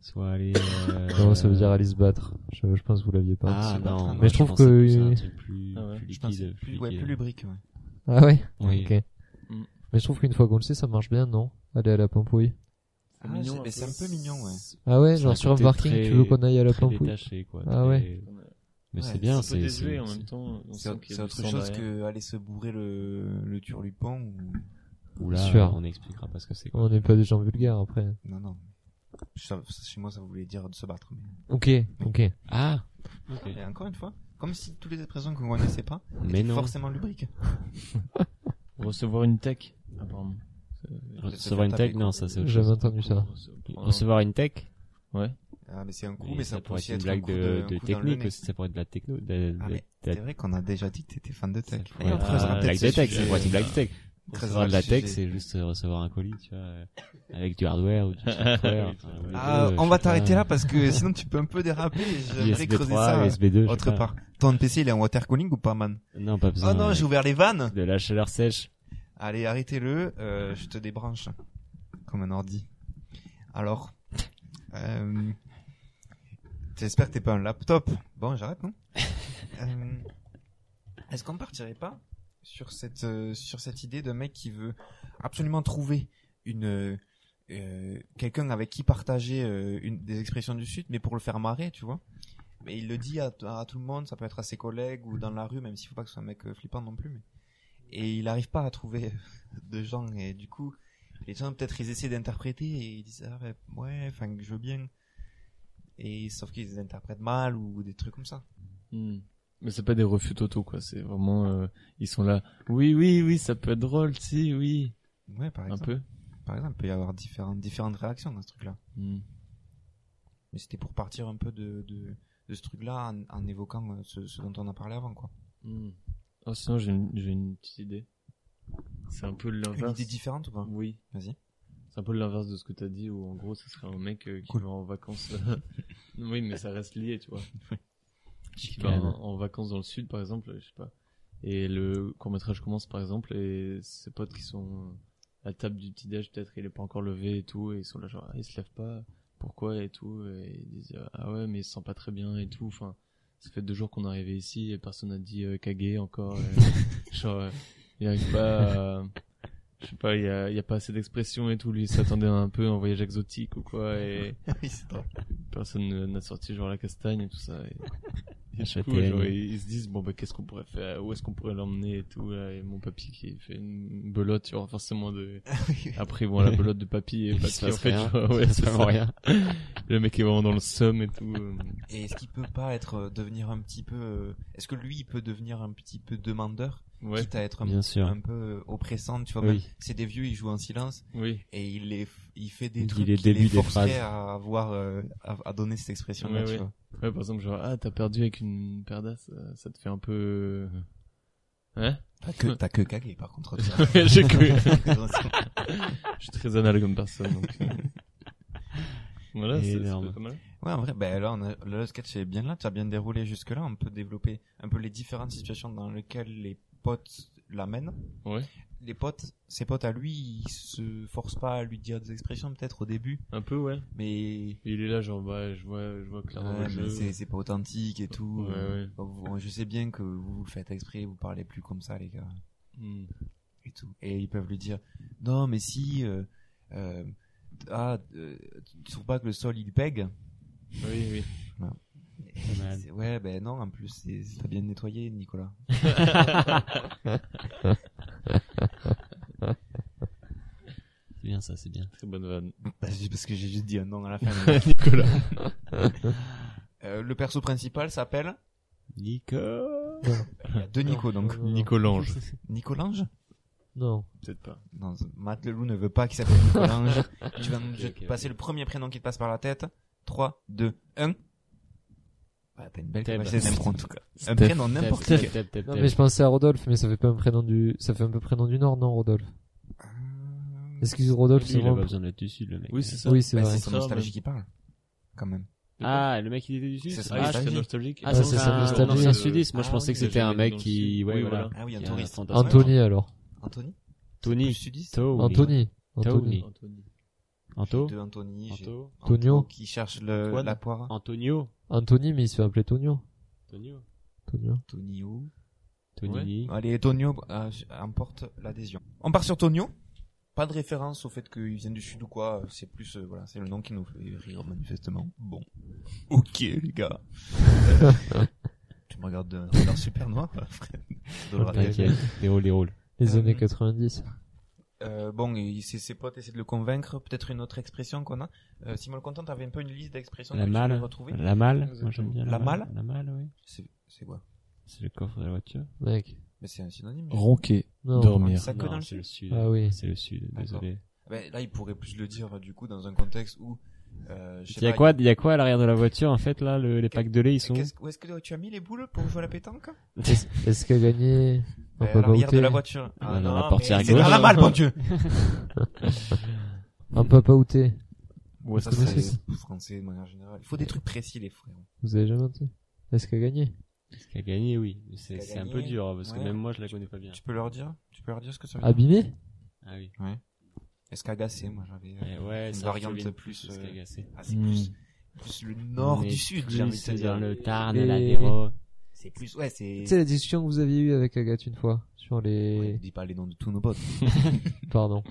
Speaker 4: soit aller. euh,
Speaker 3: Non, ça veut dire aller se battre. Je, je pense que vous l'aviez pas.
Speaker 4: Ah,
Speaker 1: se battre.
Speaker 4: non.
Speaker 1: Mais
Speaker 4: moi,
Speaker 3: je trouve
Speaker 4: pensais
Speaker 3: que-
Speaker 4: plus à un truc plus,
Speaker 2: Ah ouais.
Speaker 4: plus
Speaker 1: Je pense
Speaker 4: liquide,
Speaker 1: plus, ouais,
Speaker 4: liquide.
Speaker 1: plus lubrique. Ouais.
Speaker 3: Ah ouais
Speaker 4: Oui.
Speaker 3: Ok.
Speaker 2: Mm.
Speaker 3: Mais je trouve qu'une fois qu'on le sait, ça marche bien, non Aller à la pampouille.
Speaker 1: Ah, c'est- mais c'est un peu mignon, ouais.
Speaker 3: Ah ouais,
Speaker 4: C'est
Speaker 3: genre
Speaker 4: un
Speaker 3: sur un
Speaker 4: côté
Speaker 3: parking,
Speaker 4: très-
Speaker 3: tu veux qu'on aille à la
Speaker 4: euh, Très
Speaker 3: pampouille
Speaker 4: détaché, quoi.
Speaker 3: Ah
Speaker 4: Très-
Speaker 3: ouais.
Speaker 4: Mais
Speaker 1: Ouais,
Speaker 4: c'est bien,
Speaker 2: C'est un peu
Speaker 4: c'est.
Speaker 2: désuet en
Speaker 4: c'est-
Speaker 2: même temps. on
Speaker 1: C'est
Speaker 2: sent
Speaker 1: autre,
Speaker 2: qu'il y a
Speaker 1: c'est
Speaker 2: du
Speaker 1: autre
Speaker 2: sang
Speaker 1: chose
Speaker 2: derrière.
Speaker 1: que aller se bourrer le, le turlupan ou...
Speaker 4: Oula,
Speaker 3: Sûr.
Speaker 4: on expliquera pas ce que c'est. quoi.
Speaker 3: On n'est pas des gens vulgaires après.
Speaker 1: Non, non. Ça- ça- chez moi, ça voulait dire de se battre. mais-
Speaker 3: Ok, ok.
Speaker 4: Ah Ok.
Speaker 1: Et encore une fois, comme si toutes les expressions qu'on connaissait pas
Speaker 4: Mais
Speaker 1: étaient
Speaker 4: non.
Speaker 1: forcément lubriques.
Speaker 2: Recevoir une tech, apparemment. C'est-
Speaker 4: Recevoir une
Speaker 1: taper,
Speaker 4: tech, non, Euh, ça c'est autre
Speaker 3: J'avais
Speaker 4: chose.
Speaker 3: entendu ça.
Speaker 4: Recevoir une tech
Speaker 2: Ouais.
Speaker 1: Ah, mais c'est un coup,
Speaker 4: Oui,
Speaker 1: mais ça, peut
Speaker 4: pourrait
Speaker 1: aussi
Speaker 4: être une
Speaker 1: être un
Speaker 4: blague
Speaker 1: coup de, un
Speaker 4: de, de
Speaker 1: coup dans le
Speaker 4: technique
Speaker 1: nez.
Speaker 4: aussi, ça pourrait être de la techno. de- de-
Speaker 1: Ah, mais
Speaker 4: de-
Speaker 1: c'est vrai qu'on a déjà dit que t'étais fan de
Speaker 4: ça
Speaker 1: tech.
Speaker 4: pourrait
Speaker 1: Et on
Speaker 4: être,
Speaker 1: creusera
Speaker 4: euh,
Speaker 1: peut-être
Speaker 4: blague
Speaker 1: ce
Speaker 4: de tech,
Speaker 1: sujet.
Speaker 4: ça pourrait être une blague de tech.
Speaker 1: On creusera
Speaker 4: Recevoir de la
Speaker 1: ce
Speaker 4: tech,
Speaker 1: sujet.
Speaker 4: c'est juste euh, recevoir un colis, tu vois, euh, avec du hardware ou du software. enfin, ou les
Speaker 1: Ah,
Speaker 4: deux, je
Speaker 1: on va
Speaker 4: sais pas,
Speaker 1: t'arrêter là parce que sinon tu peux un peu déraper. et J'aimerais
Speaker 4: USB
Speaker 1: creuser
Speaker 4: 3,
Speaker 1: ça
Speaker 4: USB 2,
Speaker 1: autre part. Ton PC il est en water cooling ou pas, man
Speaker 4: Non, pas besoin.
Speaker 1: Oh non,
Speaker 4: euh,
Speaker 1: j'ai ouvert les vannes.
Speaker 4: De la chaleur sèche.
Speaker 1: Allez, arrêtez-le, euh, je te débranche. Comme un ordi. Alors, euh, j'espère que t'es pas un laptop. Bon, j'arrête, non Euh, Est-ce qu'on partirait pas sur cette, euh, sur cette idée de mec qui veut absolument trouver une, euh, quelqu'un avec qui partager euh, une, des expressions du Sud, mais pour le faire marrer, tu vois. Mais il le dit à, à tout le monde, ça peut être à ses collègues ou dans la rue, même s'il faut pas que ce soit un mec euh, flippant non plus. Mais... Et il n'arrive pas à trouver de gens, et du coup, les gens peut-être ils essaient d'interpréter et ils disent ah ben, ouais, enfin je veux bien. Et sauf qu'ils interprètent mal ou des trucs comme ça.
Speaker 2: Hmm. Mais c'est pas des refus totaux, quoi. C'est vraiment, euh, ils sont là. Oui, oui, oui, ça peut être drôle, si, oui.
Speaker 1: Ouais, par
Speaker 2: Un
Speaker 1: exemple.
Speaker 2: peu.
Speaker 1: Par exemple, il peut y avoir différentes, différentes réactions dans ce truc-là.
Speaker 2: Hmm.
Speaker 1: Mais c'était pour partir un peu de, de, de ce truc-là en, en évoquant euh, ce, ce dont on a parlé avant, quoi.
Speaker 2: Hmm. Oh, sinon, j'ai une, j'ai une petite idée. C'est un peu
Speaker 1: Une
Speaker 2: l'inverse.
Speaker 1: idée différente ou pas
Speaker 2: Oui.
Speaker 1: Vas-y.
Speaker 2: C'est un peu l'inverse de ce que t'as dit, où en gros, ce serait un mec euh, qui
Speaker 1: Cool.
Speaker 2: va en vacances. oui, mais ça reste lié, tu vois. qui va
Speaker 4: Chicken.
Speaker 2: en, en vacances dans le sud, par exemple, je sais pas. Et le court métrage commence, par exemple, et ses potes qui sont à la table du petit déj, peut-être, il est pas encore levé et tout, et ils sont là genre, ah, il se lève pas, pourquoi et tout, et ils disent, ah ouais, mais il se sent pas très bien et tout, enfin. Ça fait deux jours qu'on est arrivé ici et personne n'a dit euh, Kage encore. et genre, euh, il arrive pas à- Je sais pas, il y a, il y a pas assez d'expression et tout. Lui, il s'attendait à un peu à un voyage exotique ou quoi. Et
Speaker 1: oui, c'est drôle.
Speaker 2: personne ne- n'a sorti genre la castagne et tout ça. Et, et du coup,
Speaker 4: La châtaigne.
Speaker 2: genre, ils, ils se disent, bon, bah, qu'est-ce qu'on pourrait faire Où est-ce qu'on pourrait l'emmener et tout là, Et mon papy qui fait une belote, tu vois, forcément de... Après, ils vont à la belote de papy et
Speaker 4: Il
Speaker 2: papy,
Speaker 4: se
Speaker 2: en
Speaker 4: passe
Speaker 2: fait,
Speaker 4: rien.
Speaker 2: tu vois, ouais,
Speaker 4: Il se
Speaker 2: c'est
Speaker 4: passe
Speaker 2: ça.
Speaker 4: vraiment rien.
Speaker 2: Le mec est vraiment dans le somme et tout. euh.
Speaker 1: Et est-ce qu'il peut pas être, euh, devenir un petit peu, euh, est-ce que lui, il peut devenir un petit peu demandeur?
Speaker 2: Ouais,
Speaker 1: Quitte à être un,
Speaker 4: Bien sûr.
Speaker 1: un peu euh, oppressant, tu vois.
Speaker 4: Oui.
Speaker 1: même, C'est des vieux, ils jouent en silence
Speaker 2: oui.
Speaker 1: et il les, f- il fait des
Speaker 4: Il
Speaker 1: trucs
Speaker 4: les
Speaker 1: qui les
Speaker 4: débute des
Speaker 1: forcerait
Speaker 4: phrases.
Speaker 1: à avoir, euh, à, à donner cette expression-là,
Speaker 2: Ouais,
Speaker 1: tu
Speaker 2: ouais.
Speaker 1: vois.
Speaker 2: Ouais, par exemple, genre, ah, t'as perdu avec une perdasse, euh, ça te fait un peu... euh, Hein
Speaker 1: T'as que, t'as que Kage, par contre.
Speaker 2: J'ai cru.
Speaker 1: Attention.
Speaker 2: Je suis très anal comme personne, donc... euh. Voilà, c'est c'est
Speaker 4: Énorme.
Speaker 2: pas mal.
Speaker 1: Ouais, en vrai, ben là, on a- le le sketch est bien là, tu as bien déroulé jusque-là. On peut développer un peu les différentes situations dans lesquelles les potes l'amènent.
Speaker 2: Ouais.
Speaker 1: Les potes, ses potes à lui, ils se forcent pas à lui dire des expressions peut-être au début,
Speaker 2: Un peu, ouais.
Speaker 1: mais,
Speaker 2: Il est là, genre, bah, je vois, je vois clairement
Speaker 1: Ouais,
Speaker 2: le
Speaker 1: mais
Speaker 2: jeu.
Speaker 1: c'est c'est pas authentique et tout.
Speaker 2: Ouais,
Speaker 1: Euh,
Speaker 2: ouais.
Speaker 1: bon, Je sais bien que vous vous le faites exprès, vous parlez plus comme ça, les gars.
Speaker 2: Hmm.
Speaker 1: et tout. Et ils peuvent lui dire non, mais si, euh, euh, ah, euh, tu trouves pas que le sol il pègue
Speaker 2: Oui, oui.
Speaker 4: mal.
Speaker 1: C'est- Ouais, ben non, en plus c'est- c'est- t'as bien nettoyé, Nicolas.
Speaker 4: C'est bien ça, c'est bien.
Speaker 2: Très bonne vanne.
Speaker 1: Bah, c'est parce que j'ai juste dit un nom à la fin. mais-
Speaker 2: Nicolas.
Speaker 1: Euh, le perso principal s'appelle
Speaker 4: Nico.
Speaker 1: il y a deux Nico donc.
Speaker 3: Non, non.
Speaker 2: Nicolange.
Speaker 1: Nicolange
Speaker 3: Non.
Speaker 2: Peut-être pas.
Speaker 1: Non, Matt Leloup ne veut pas qu'il s'appelle Nicolange. tu vas me
Speaker 2: Ok,
Speaker 1: je-
Speaker 2: ok,
Speaker 1: passer le premier prénom qui te passe par la tête. 3, 2, 1. Bah, t'as une belle
Speaker 4: Teb.
Speaker 1: capacité d'impro en tout cas. Un
Speaker 2: Steph.
Speaker 1: prénom n'importe
Speaker 4: Tap,
Speaker 1: quel.
Speaker 4: tap, tap,
Speaker 3: Non,
Speaker 4: tap.
Speaker 3: mais je pensais à Rodolphe, mais ça fait pas un prénom du, ça fait un peu prénom du Nord, non, Rodolphe? Excuse Rodolphe,
Speaker 4: Lui,
Speaker 3: c'est
Speaker 4: il a
Speaker 3: vraiment.
Speaker 4: pas besoin d'être du sud, le mec.
Speaker 2: Oui, c'est ça.
Speaker 3: Oui, c'est
Speaker 1: Bah,
Speaker 3: vrai.
Speaker 1: c'est son
Speaker 2: Ça,
Speaker 1: nostalgie
Speaker 2: mais-
Speaker 1: qui parle. Quand même.
Speaker 4: Ah, le mec, il était du sud.
Speaker 1: C'est ça,
Speaker 4: Ah,
Speaker 2: Ah,
Speaker 4: je-
Speaker 2: c'est
Speaker 1: nostalgie.
Speaker 2: nostalgique.
Speaker 4: ah,
Speaker 3: ça,
Speaker 4: c'est
Speaker 3: c'est sa
Speaker 4: un-
Speaker 3: nostalgie.
Speaker 4: un ancien sudiste. Moi,
Speaker 1: Ah
Speaker 4: je pensais
Speaker 1: oui,
Speaker 4: que c'était un mec qui, ouais,
Speaker 2: Oui,
Speaker 4: voilà.
Speaker 2: voilà.
Speaker 1: Ah oui, un
Speaker 4: Qui a
Speaker 1: touriste.
Speaker 4: fantasme.
Speaker 3: Anthony, alors.
Speaker 1: Anthony
Speaker 4: Tony.
Speaker 1: Plus sudiste
Speaker 3: Anthony. Anthony.
Speaker 4: Tony.
Speaker 2: Anthony.
Speaker 4: Anto.
Speaker 1: De Anthony. j'ai-
Speaker 4: Anto.
Speaker 3: Tonio.
Speaker 1: Qui cherche le,
Speaker 4: Antoine.
Speaker 1: la poire.
Speaker 4: Antonio.
Speaker 3: Anthony, mais il se fait appeler Tonio.
Speaker 4: Antonio.
Speaker 3: Tonio.
Speaker 1: Ah, Tonio.
Speaker 4: Tony.
Speaker 1: Allez, Tonio euh, j- emporte l'adhésion. On part sur Tonio. Pas de référence au fait qu'il vienne du sud ou quoi. euh, C'est plus, euh, voilà, c'est le nom qui nous fait rire manifestement. Bon. Ok, les gars. Euh, tu me regardes d'un regard super noir, Fred. Ça doit le rappeler.
Speaker 4: T'inquiète. Déroule, déroule.
Speaker 3: Les
Speaker 1: Euh,
Speaker 3: années 90.
Speaker 1: Euh, bon, et ses, ses potes essaient de le convaincre. Peut-être une autre expression qu'on a. Euh, Simon le Content, t'avais un peu une liste d'expressions
Speaker 4: La
Speaker 1: que tu
Speaker 4: malle.
Speaker 1: voulais retrouver.
Speaker 4: La malle. Moi,
Speaker 2: Exactement.
Speaker 4: j'aime bien.
Speaker 1: La malle
Speaker 4: La malle, oui.
Speaker 1: C'est c'est quoi
Speaker 4: C'est le coffre de la voiture.
Speaker 3: Mec.
Speaker 1: Mais c'est un synonyme.
Speaker 2: Ronquer.
Speaker 3: Non.
Speaker 2: Dormir.
Speaker 1: Ça que dans
Speaker 4: Non,
Speaker 1: le
Speaker 4: c'est
Speaker 1: sud.
Speaker 4: le sud.
Speaker 3: Ah oui.
Speaker 4: C'est le sud,
Speaker 1: D'accord.
Speaker 4: désolé.
Speaker 1: Ben, là, il pourrait plus le dire, du coup, dans un contexte où... Euh, je sais
Speaker 4: Il y a
Speaker 1: pas,
Speaker 4: quoi, il y a quoi à l'arrière de la voiture, en fait, là, le- les packs de lait, ils
Speaker 1: il-
Speaker 4: sont où
Speaker 1: qu'est-ce que- Où est-ce que tu as mis les boules pour jouer à la pétanque
Speaker 3: Est-ce qu'elle a gagné On
Speaker 1: Ben,
Speaker 3: peut
Speaker 1: À
Speaker 3: pas
Speaker 1: l'arrière de
Speaker 3: outer.
Speaker 1: la voiture.
Speaker 4: Ah, dans la portière
Speaker 1: mais
Speaker 4: à
Speaker 1: c'est dans
Speaker 4: gauche.
Speaker 1: la malle, mon dieu
Speaker 3: Un papa outé.
Speaker 2: Ouais,
Speaker 1: Ça,
Speaker 2: ça
Speaker 3: c'est-
Speaker 1: c'est français, de manière générale. Il faut des trucs précis, les frères.
Speaker 3: Vous avez jamais entendu Est-ce qu'elle a gagné
Speaker 4: Parce qu'à gagner, oui. Mais C'est
Speaker 1: Parce qu'à
Speaker 4: c'est un peu
Speaker 1: gagner,
Speaker 4: dur, parce que
Speaker 1: ouais.
Speaker 4: même moi, je la connais pas bien.
Speaker 1: Tu peux leur dire Tu peux leur dire ce que ça veut dire
Speaker 3: Abîmé
Speaker 4: Ah oui.
Speaker 1: Escagacé, moi, j'avais... euh,
Speaker 4: Eh Ouais,
Speaker 1: Une
Speaker 4: ça,
Speaker 1: variante
Speaker 4: Pauline,
Speaker 1: plus,
Speaker 4: c'est ce qui
Speaker 1: euh,
Speaker 4: est agacé.
Speaker 1: ah, c'est
Speaker 2: Hmm.
Speaker 1: plus, plus le nord
Speaker 4: On est
Speaker 1: du sud,
Speaker 4: plus
Speaker 1: j'ai envie de te
Speaker 4: dans
Speaker 1: dire.
Speaker 4: le Tarn,
Speaker 3: Et-
Speaker 4: la Véro.
Speaker 1: C'est plus... Ouais, c'est...
Speaker 3: Tu sais la discussion que vous aviez eue avec Agathe une fois sur les
Speaker 1: Ouais, Dis pas les noms de tous nos potes.
Speaker 3: pardon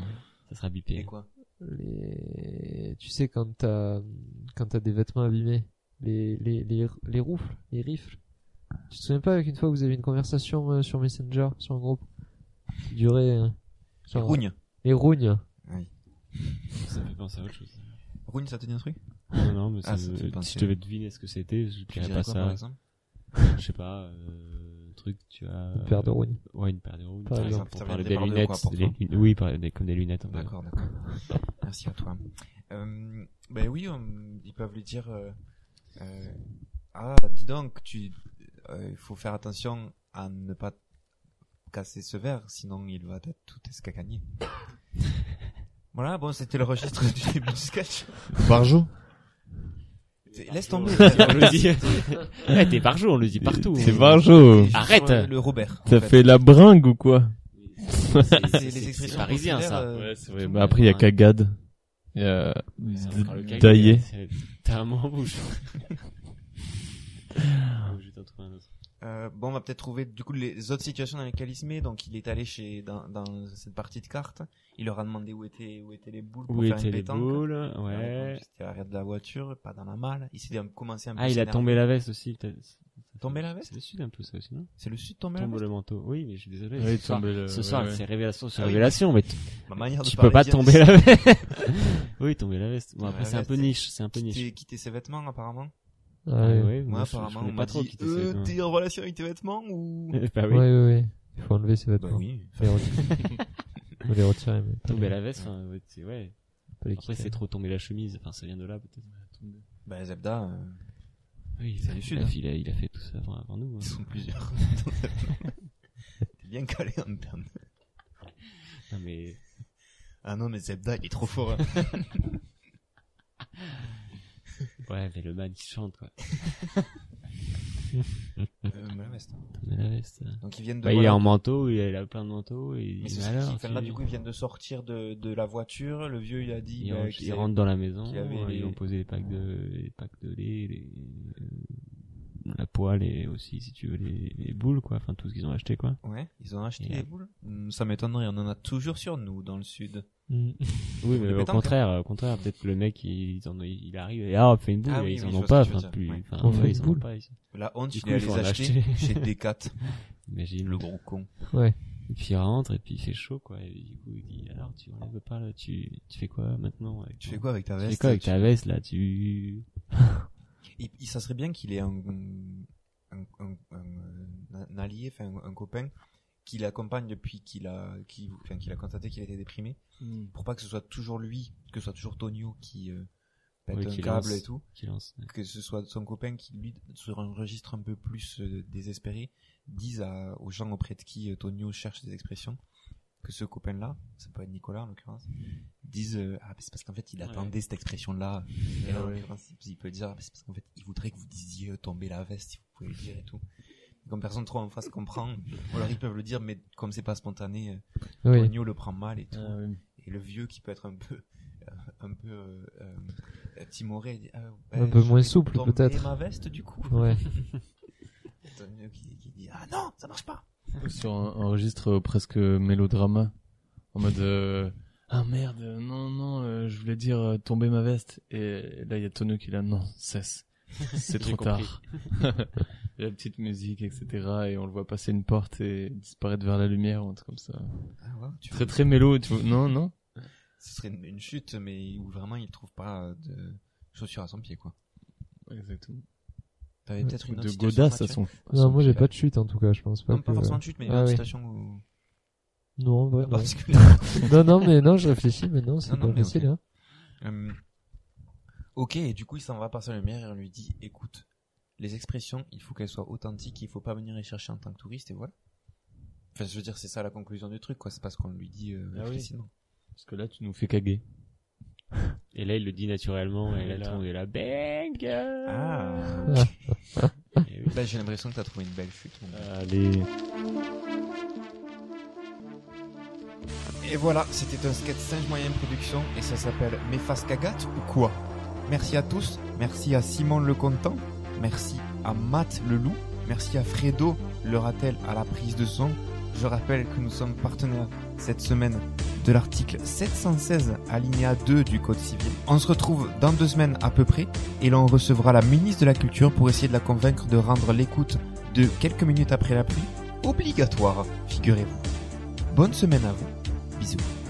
Speaker 4: Ça sera
Speaker 1: Et
Speaker 4: bipé. hein.
Speaker 1: quoi
Speaker 3: les, tu sais, quand t'as, quand t'as des vêtements abîmés, les, les, les, les roufles, les rifles. Tu te souviens pas qu'une fois vous avez une conversation euh, sur Messenger, sur un groupe, qui durait, euh, sur-
Speaker 1: Rougne.
Speaker 3: les rougnes.
Speaker 4: Ça me fait penser à autre chose.
Speaker 1: Rougne, ça te dit un truc
Speaker 4: Non, non, mais ça
Speaker 1: Ah, ça
Speaker 4: me-
Speaker 1: fait penser.
Speaker 4: si je devais deviner ce que c'était, je
Speaker 1: Tu
Speaker 4: dirais
Speaker 1: dirais
Speaker 4: pas
Speaker 1: quoi, par
Speaker 4: ça.
Speaker 1: exemple
Speaker 4: Je sais pas, euh, un truc, tu as. euh,
Speaker 3: Une paire de rougnes.
Speaker 4: Ouais, une paire de roues,
Speaker 3: Par
Speaker 4: par exemple,
Speaker 3: exemple.
Speaker 1: Ça
Speaker 4: pour
Speaker 1: vient
Speaker 4: parler
Speaker 1: des
Speaker 4: des
Speaker 1: bordeaux,
Speaker 4: lunettes.
Speaker 1: quoi, pour
Speaker 4: des
Speaker 1: toi.
Speaker 4: lun- oui, par- des- comme des lunettes. un peu.
Speaker 1: D'accord, d'accord. Merci à toi. Euh, ben oui, on- ils peuvent lui dire euh, euh, Ah, dis donc, tu, euh, il faut faire attention à ne pas casser ce verre, sinon il va être tout escacagné. voilà, bon, c'était le registre du début du sketch.
Speaker 2: Barjo
Speaker 1: Laisse tomber.
Speaker 4: on le dit. ouais, t'es par jour, on le dit partout. hein.
Speaker 2: C'est
Speaker 4: On-
Speaker 2: Barjo
Speaker 1: euh, Juste
Speaker 4: Arrête.
Speaker 1: sur Le, le Robert. en
Speaker 2: T'as
Speaker 1: fait.
Speaker 2: fait la bringue ou quoi
Speaker 4: C'est-
Speaker 1: C'est
Speaker 4: c'est-
Speaker 1: les
Speaker 4: C'est c'est
Speaker 1: expressions
Speaker 4: parisien, ça.
Speaker 1: populaires, euh,
Speaker 2: c'est vrai. Bah, après, il y a Kagad. Il y a
Speaker 4: C'est encore le
Speaker 2: D-
Speaker 4: cagou,
Speaker 2: Daillé.
Speaker 4: c'est- T'as un mot en bouche. Oh, je vais t'en trouver un autre.
Speaker 1: Euh, bon, on va peut-être trouver du coup les autres situations dans lesquelles il se met. Donc, il est allé chez dans, dans cette partie de cartes. Il leur a demandé où étaient où étaient les boules pour
Speaker 4: Où
Speaker 1: faire
Speaker 4: étaient
Speaker 1: une
Speaker 4: les
Speaker 1: pétanque. Euh,
Speaker 4: boules
Speaker 1: Il a répondu
Speaker 4: Ouais.
Speaker 1: que C'était l'arrière de la voiture, pas dans la malle. Il s'est commencé un peu.
Speaker 4: Ah, il a
Speaker 1: s'énerver.
Speaker 4: tombé la veste aussi. peut-être.
Speaker 1: Tombé la veste
Speaker 4: C'est le sud un peu ça aussi, non
Speaker 1: C'est le sud tomber la
Speaker 4: Tombe
Speaker 1: veste
Speaker 4: le manteau. Oui, mais je suis désolé.
Speaker 2: Ouais,
Speaker 4: ce soir,
Speaker 2: tomber le-
Speaker 4: ce
Speaker 2: ouais,
Speaker 4: soir,
Speaker 2: ouais.
Speaker 4: c'est révélation sur
Speaker 1: Ah oui.
Speaker 4: révélation, mais tu-
Speaker 1: Ma manière de
Speaker 4: tu peux pas
Speaker 1: parler
Speaker 4: tomber
Speaker 1: vient-
Speaker 4: la veste. oui, tomber la veste. Bon,
Speaker 1: Tomber
Speaker 4: après,
Speaker 1: la
Speaker 4: c'est un peu
Speaker 1: veste,
Speaker 4: niche, c'est un peu niche.
Speaker 1: Quitter, quitter ses vêtements apparemment.
Speaker 3: Ah, ouais, ouais,
Speaker 1: Moi,
Speaker 4: je- je
Speaker 1: apparemment,
Speaker 4: voulais
Speaker 1: on
Speaker 4: pas
Speaker 1: m'a
Speaker 4: trop
Speaker 1: dit
Speaker 4: quitter ces
Speaker 1: euh,
Speaker 4: vêtements.
Speaker 1: t'es en relation avec tes vêtements ou
Speaker 4: bah oui.
Speaker 3: ouais, ouais. Il faut enlever ses
Speaker 1: Ah Bah
Speaker 3: vêtements.
Speaker 1: oui.
Speaker 3: Faut les retirer. Faut les retirer, mais pas
Speaker 4: Tomber
Speaker 3: les-
Speaker 4: la veste, enfin, ouais, c'est- ouais.
Speaker 3: pas les
Speaker 4: Après,
Speaker 3: quitter.
Speaker 4: c'est trop tomber la chemise. Enfin, ça vient de là, peut-être.
Speaker 1: Bah Zebda, euh,
Speaker 4: Oui,
Speaker 1: C'est du sud, hein.
Speaker 4: Il a, il a fait tout ça avant, avant nous.
Speaker 1: ils
Speaker 4: hein.
Speaker 1: sont plusieurs. T'es bien calé en termes. de-
Speaker 4: Non, mais
Speaker 1: Ah non mais Zebda il est trop fort. hein.
Speaker 4: ouais, mais le man il chante quoi.
Speaker 1: Euh, mais la veste.
Speaker 4: Tomber la veste. hein.
Speaker 1: Donc ils viennent de.
Speaker 4: Bah, il est
Speaker 1: voilà,
Speaker 4: en manteau, il a, il a plein de manteaux. Et
Speaker 1: Mais
Speaker 4: il
Speaker 1: c'est
Speaker 4: dit,
Speaker 1: ce
Speaker 4: alors,
Speaker 1: qui- enfin, là,
Speaker 4: tu-
Speaker 1: du coup, ils viennent de sortir de, de la voiture. Le vieux, il a dit.
Speaker 4: Ils
Speaker 1: bah,
Speaker 4: rentrent,
Speaker 1: que
Speaker 4: ils
Speaker 1: c'est-
Speaker 4: rentrent dans la maison,
Speaker 1: qu'il avait
Speaker 4: euh,
Speaker 1: les-
Speaker 4: ils ont posé les packs de, les packs de lait, les, euh, la poêle et aussi, si tu veux, les, les boules, quoi. Enfin, tout ce qu'ils ont acheté, quoi.
Speaker 1: Ouais, ils ont acheté
Speaker 4: Et-
Speaker 1: les boules. Hmm, Ça m'étonnerait, on en a toujours sur nous dans le sud.
Speaker 3: Mm.
Speaker 4: Oui, mais
Speaker 1: Le
Speaker 4: au
Speaker 1: pétanque,
Speaker 4: contraire, au contraire, peut-être que le mec, il, il en, il arrive et ah, on fait une boule,
Speaker 1: Ah
Speaker 4: et
Speaker 1: oui,
Speaker 4: ils
Speaker 1: oui,
Speaker 4: en
Speaker 1: je
Speaker 4: ont
Speaker 1: vois
Speaker 4: pas,
Speaker 1: ce que tu
Speaker 4: enfin,
Speaker 1: veux
Speaker 4: plus,
Speaker 1: dire, ouais.
Speaker 4: enfin,
Speaker 3: On
Speaker 4: ouais,
Speaker 3: fait
Speaker 4: ils
Speaker 3: une
Speaker 4: en ont
Speaker 3: boule.
Speaker 4: pas, ils-
Speaker 1: La honte,
Speaker 4: Du
Speaker 1: il
Speaker 4: coup,
Speaker 1: est
Speaker 4: il
Speaker 1: allé
Speaker 4: faut
Speaker 1: les
Speaker 4: en
Speaker 1: acheter
Speaker 4: acheter.
Speaker 1: chez Decat,
Speaker 4: imagine.
Speaker 1: le gros con.
Speaker 3: Ouais.
Speaker 4: Et puis il rentre, et puis il fait chaud, quoi. Et du coup, il dit, alors, tu enlèves pas, là, tu, tu fais quoi maintenant? avec
Speaker 1: Tu
Speaker 4: ton-
Speaker 1: fais quoi avec ta
Speaker 4: Tu
Speaker 1: veste
Speaker 4: fais quoi avec ta veste, là? Tu,
Speaker 1: Il- il- Ça serait bien qu'il ait un, un, un- un- un allié, enfin un, un copain, qui l'accompagne depuis qu'il a, qui, enfin, qu'il a constaté qu'il était déprimé,
Speaker 4: Hmm.
Speaker 1: pour pas que ce soit toujours lui, que ce soit toujours Tonio qui euh, pète
Speaker 4: Ouais,
Speaker 1: un
Speaker 4: qui
Speaker 1: câble
Speaker 4: lance.
Speaker 1: et tout.
Speaker 4: qui lance. ouais.
Speaker 1: que ce soit son copain qui lui sur un registre un peu plus euh, désespéré dise à- aux gens auprès de qui euh, Tonio cherche des expressions que ce copain là ça peut être Nicolas en l'occurrence dise euh, ah mais c'est parce qu'en fait il
Speaker 4: Ouais.
Speaker 1: attendait cette expression là et là, en
Speaker 2: ouais.
Speaker 1: l'occurrence il- il peut dire ah, mais c'est parce qu'en fait il voudrait que vous disiez euh, tomber la veste si vous pouvez le dire et tout comme personne trop en face comprend ou alors ils peuvent le dire mais comme c'est pas spontané euh,
Speaker 3: Oui.
Speaker 1: Tonio le prend mal et tout
Speaker 4: Ah,
Speaker 1: et le vieux qui peut être un peu euh, un peu euh, euh, timoré il dit, Ah, ben,
Speaker 3: Un peu
Speaker 1: je
Speaker 3: moins
Speaker 1: vais
Speaker 3: souple,
Speaker 1: tomber
Speaker 3: peut-être.
Speaker 1: ma veste du coup
Speaker 3: Ouais.
Speaker 1: Antonio qui, qui dit ah non ça marche pas
Speaker 2: Sur un, un registre euh, presque mélodrama. En mode, euh, ah merde, euh, non, non, euh, je voulais dire euh, tomber ma veste. Et là, il y a Tonio qui est là, non, cesse. C'est
Speaker 4: J'ai
Speaker 2: trop tard. La petite musique, etc. Et on le voit passer une porte et disparaître vers la lumière ou un truc comme ça.
Speaker 1: ah ouais, tu
Speaker 2: Très très mélo, tu vois. Non, non.
Speaker 1: ce serait une, une chute mais où vraiment il trouve pas euh, de chaussures à son pied quoi
Speaker 2: Exactement.
Speaker 1: t'avais peut-être une
Speaker 2: de
Speaker 1: autre situation,
Speaker 2: Godas à
Speaker 1: Mathieu
Speaker 2: son.
Speaker 3: Non, moi j'ai pas de chute en tout cas, je pense pas.
Speaker 1: hein. non pas
Speaker 3: que-
Speaker 1: forcément une chute mais
Speaker 3: Ah
Speaker 1: une autre
Speaker 3: oui.
Speaker 1: situation où...
Speaker 3: Non, en vrai, non.
Speaker 1: particulière.
Speaker 3: non, non, mais non, je réfléchis, mais non, c'est
Speaker 1: Non, non,
Speaker 3: pas
Speaker 1: mais
Speaker 3: facile.
Speaker 1: ok.
Speaker 3: Hein.
Speaker 1: Hum. ok et du coup il s'en va passer la lumière et on lui dit écoute les expressions il faut qu'elles soient authentiques il faut pas venir les chercher en tant que touriste et voilà enfin je veux dire c'est ça la conclusion du truc quoi c'est pas ce qu'on lui dit euh,
Speaker 2: Ah oui.
Speaker 1: explicitement
Speaker 2: Parce que là, tu nous fais caguer.
Speaker 4: Et là, il le dit naturellement, et
Speaker 2: Ouais,
Speaker 4: Ah, là,
Speaker 2: là.
Speaker 4: tout le monde est là, bang!
Speaker 1: ah
Speaker 4: Et oui.
Speaker 1: Là, j'ai l'impression que t'as trouvé une belle chute. mon gars.
Speaker 4: Allez.
Speaker 1: Et voilà, c'était un sketch 5 moyenne production et ça s'appelle Mes faces cagates ou quoi Merci à tous, merci à Simon le Content, merci à Matt le Loup, merci à Fredo le Ratel à la prise de son. Je rappelle que nous sommes partenaires cette semaine de l'article 716 alinéa 2 du Code civil. On se retrouve dans deux semaines à peu près et l'on recevra la ministre de la Culture pour essayer de la convaincre de rendre l'écoute de quelques minutes après la pluie obligatoire, figurez-vous. Bonne semaine à vous. Bisous.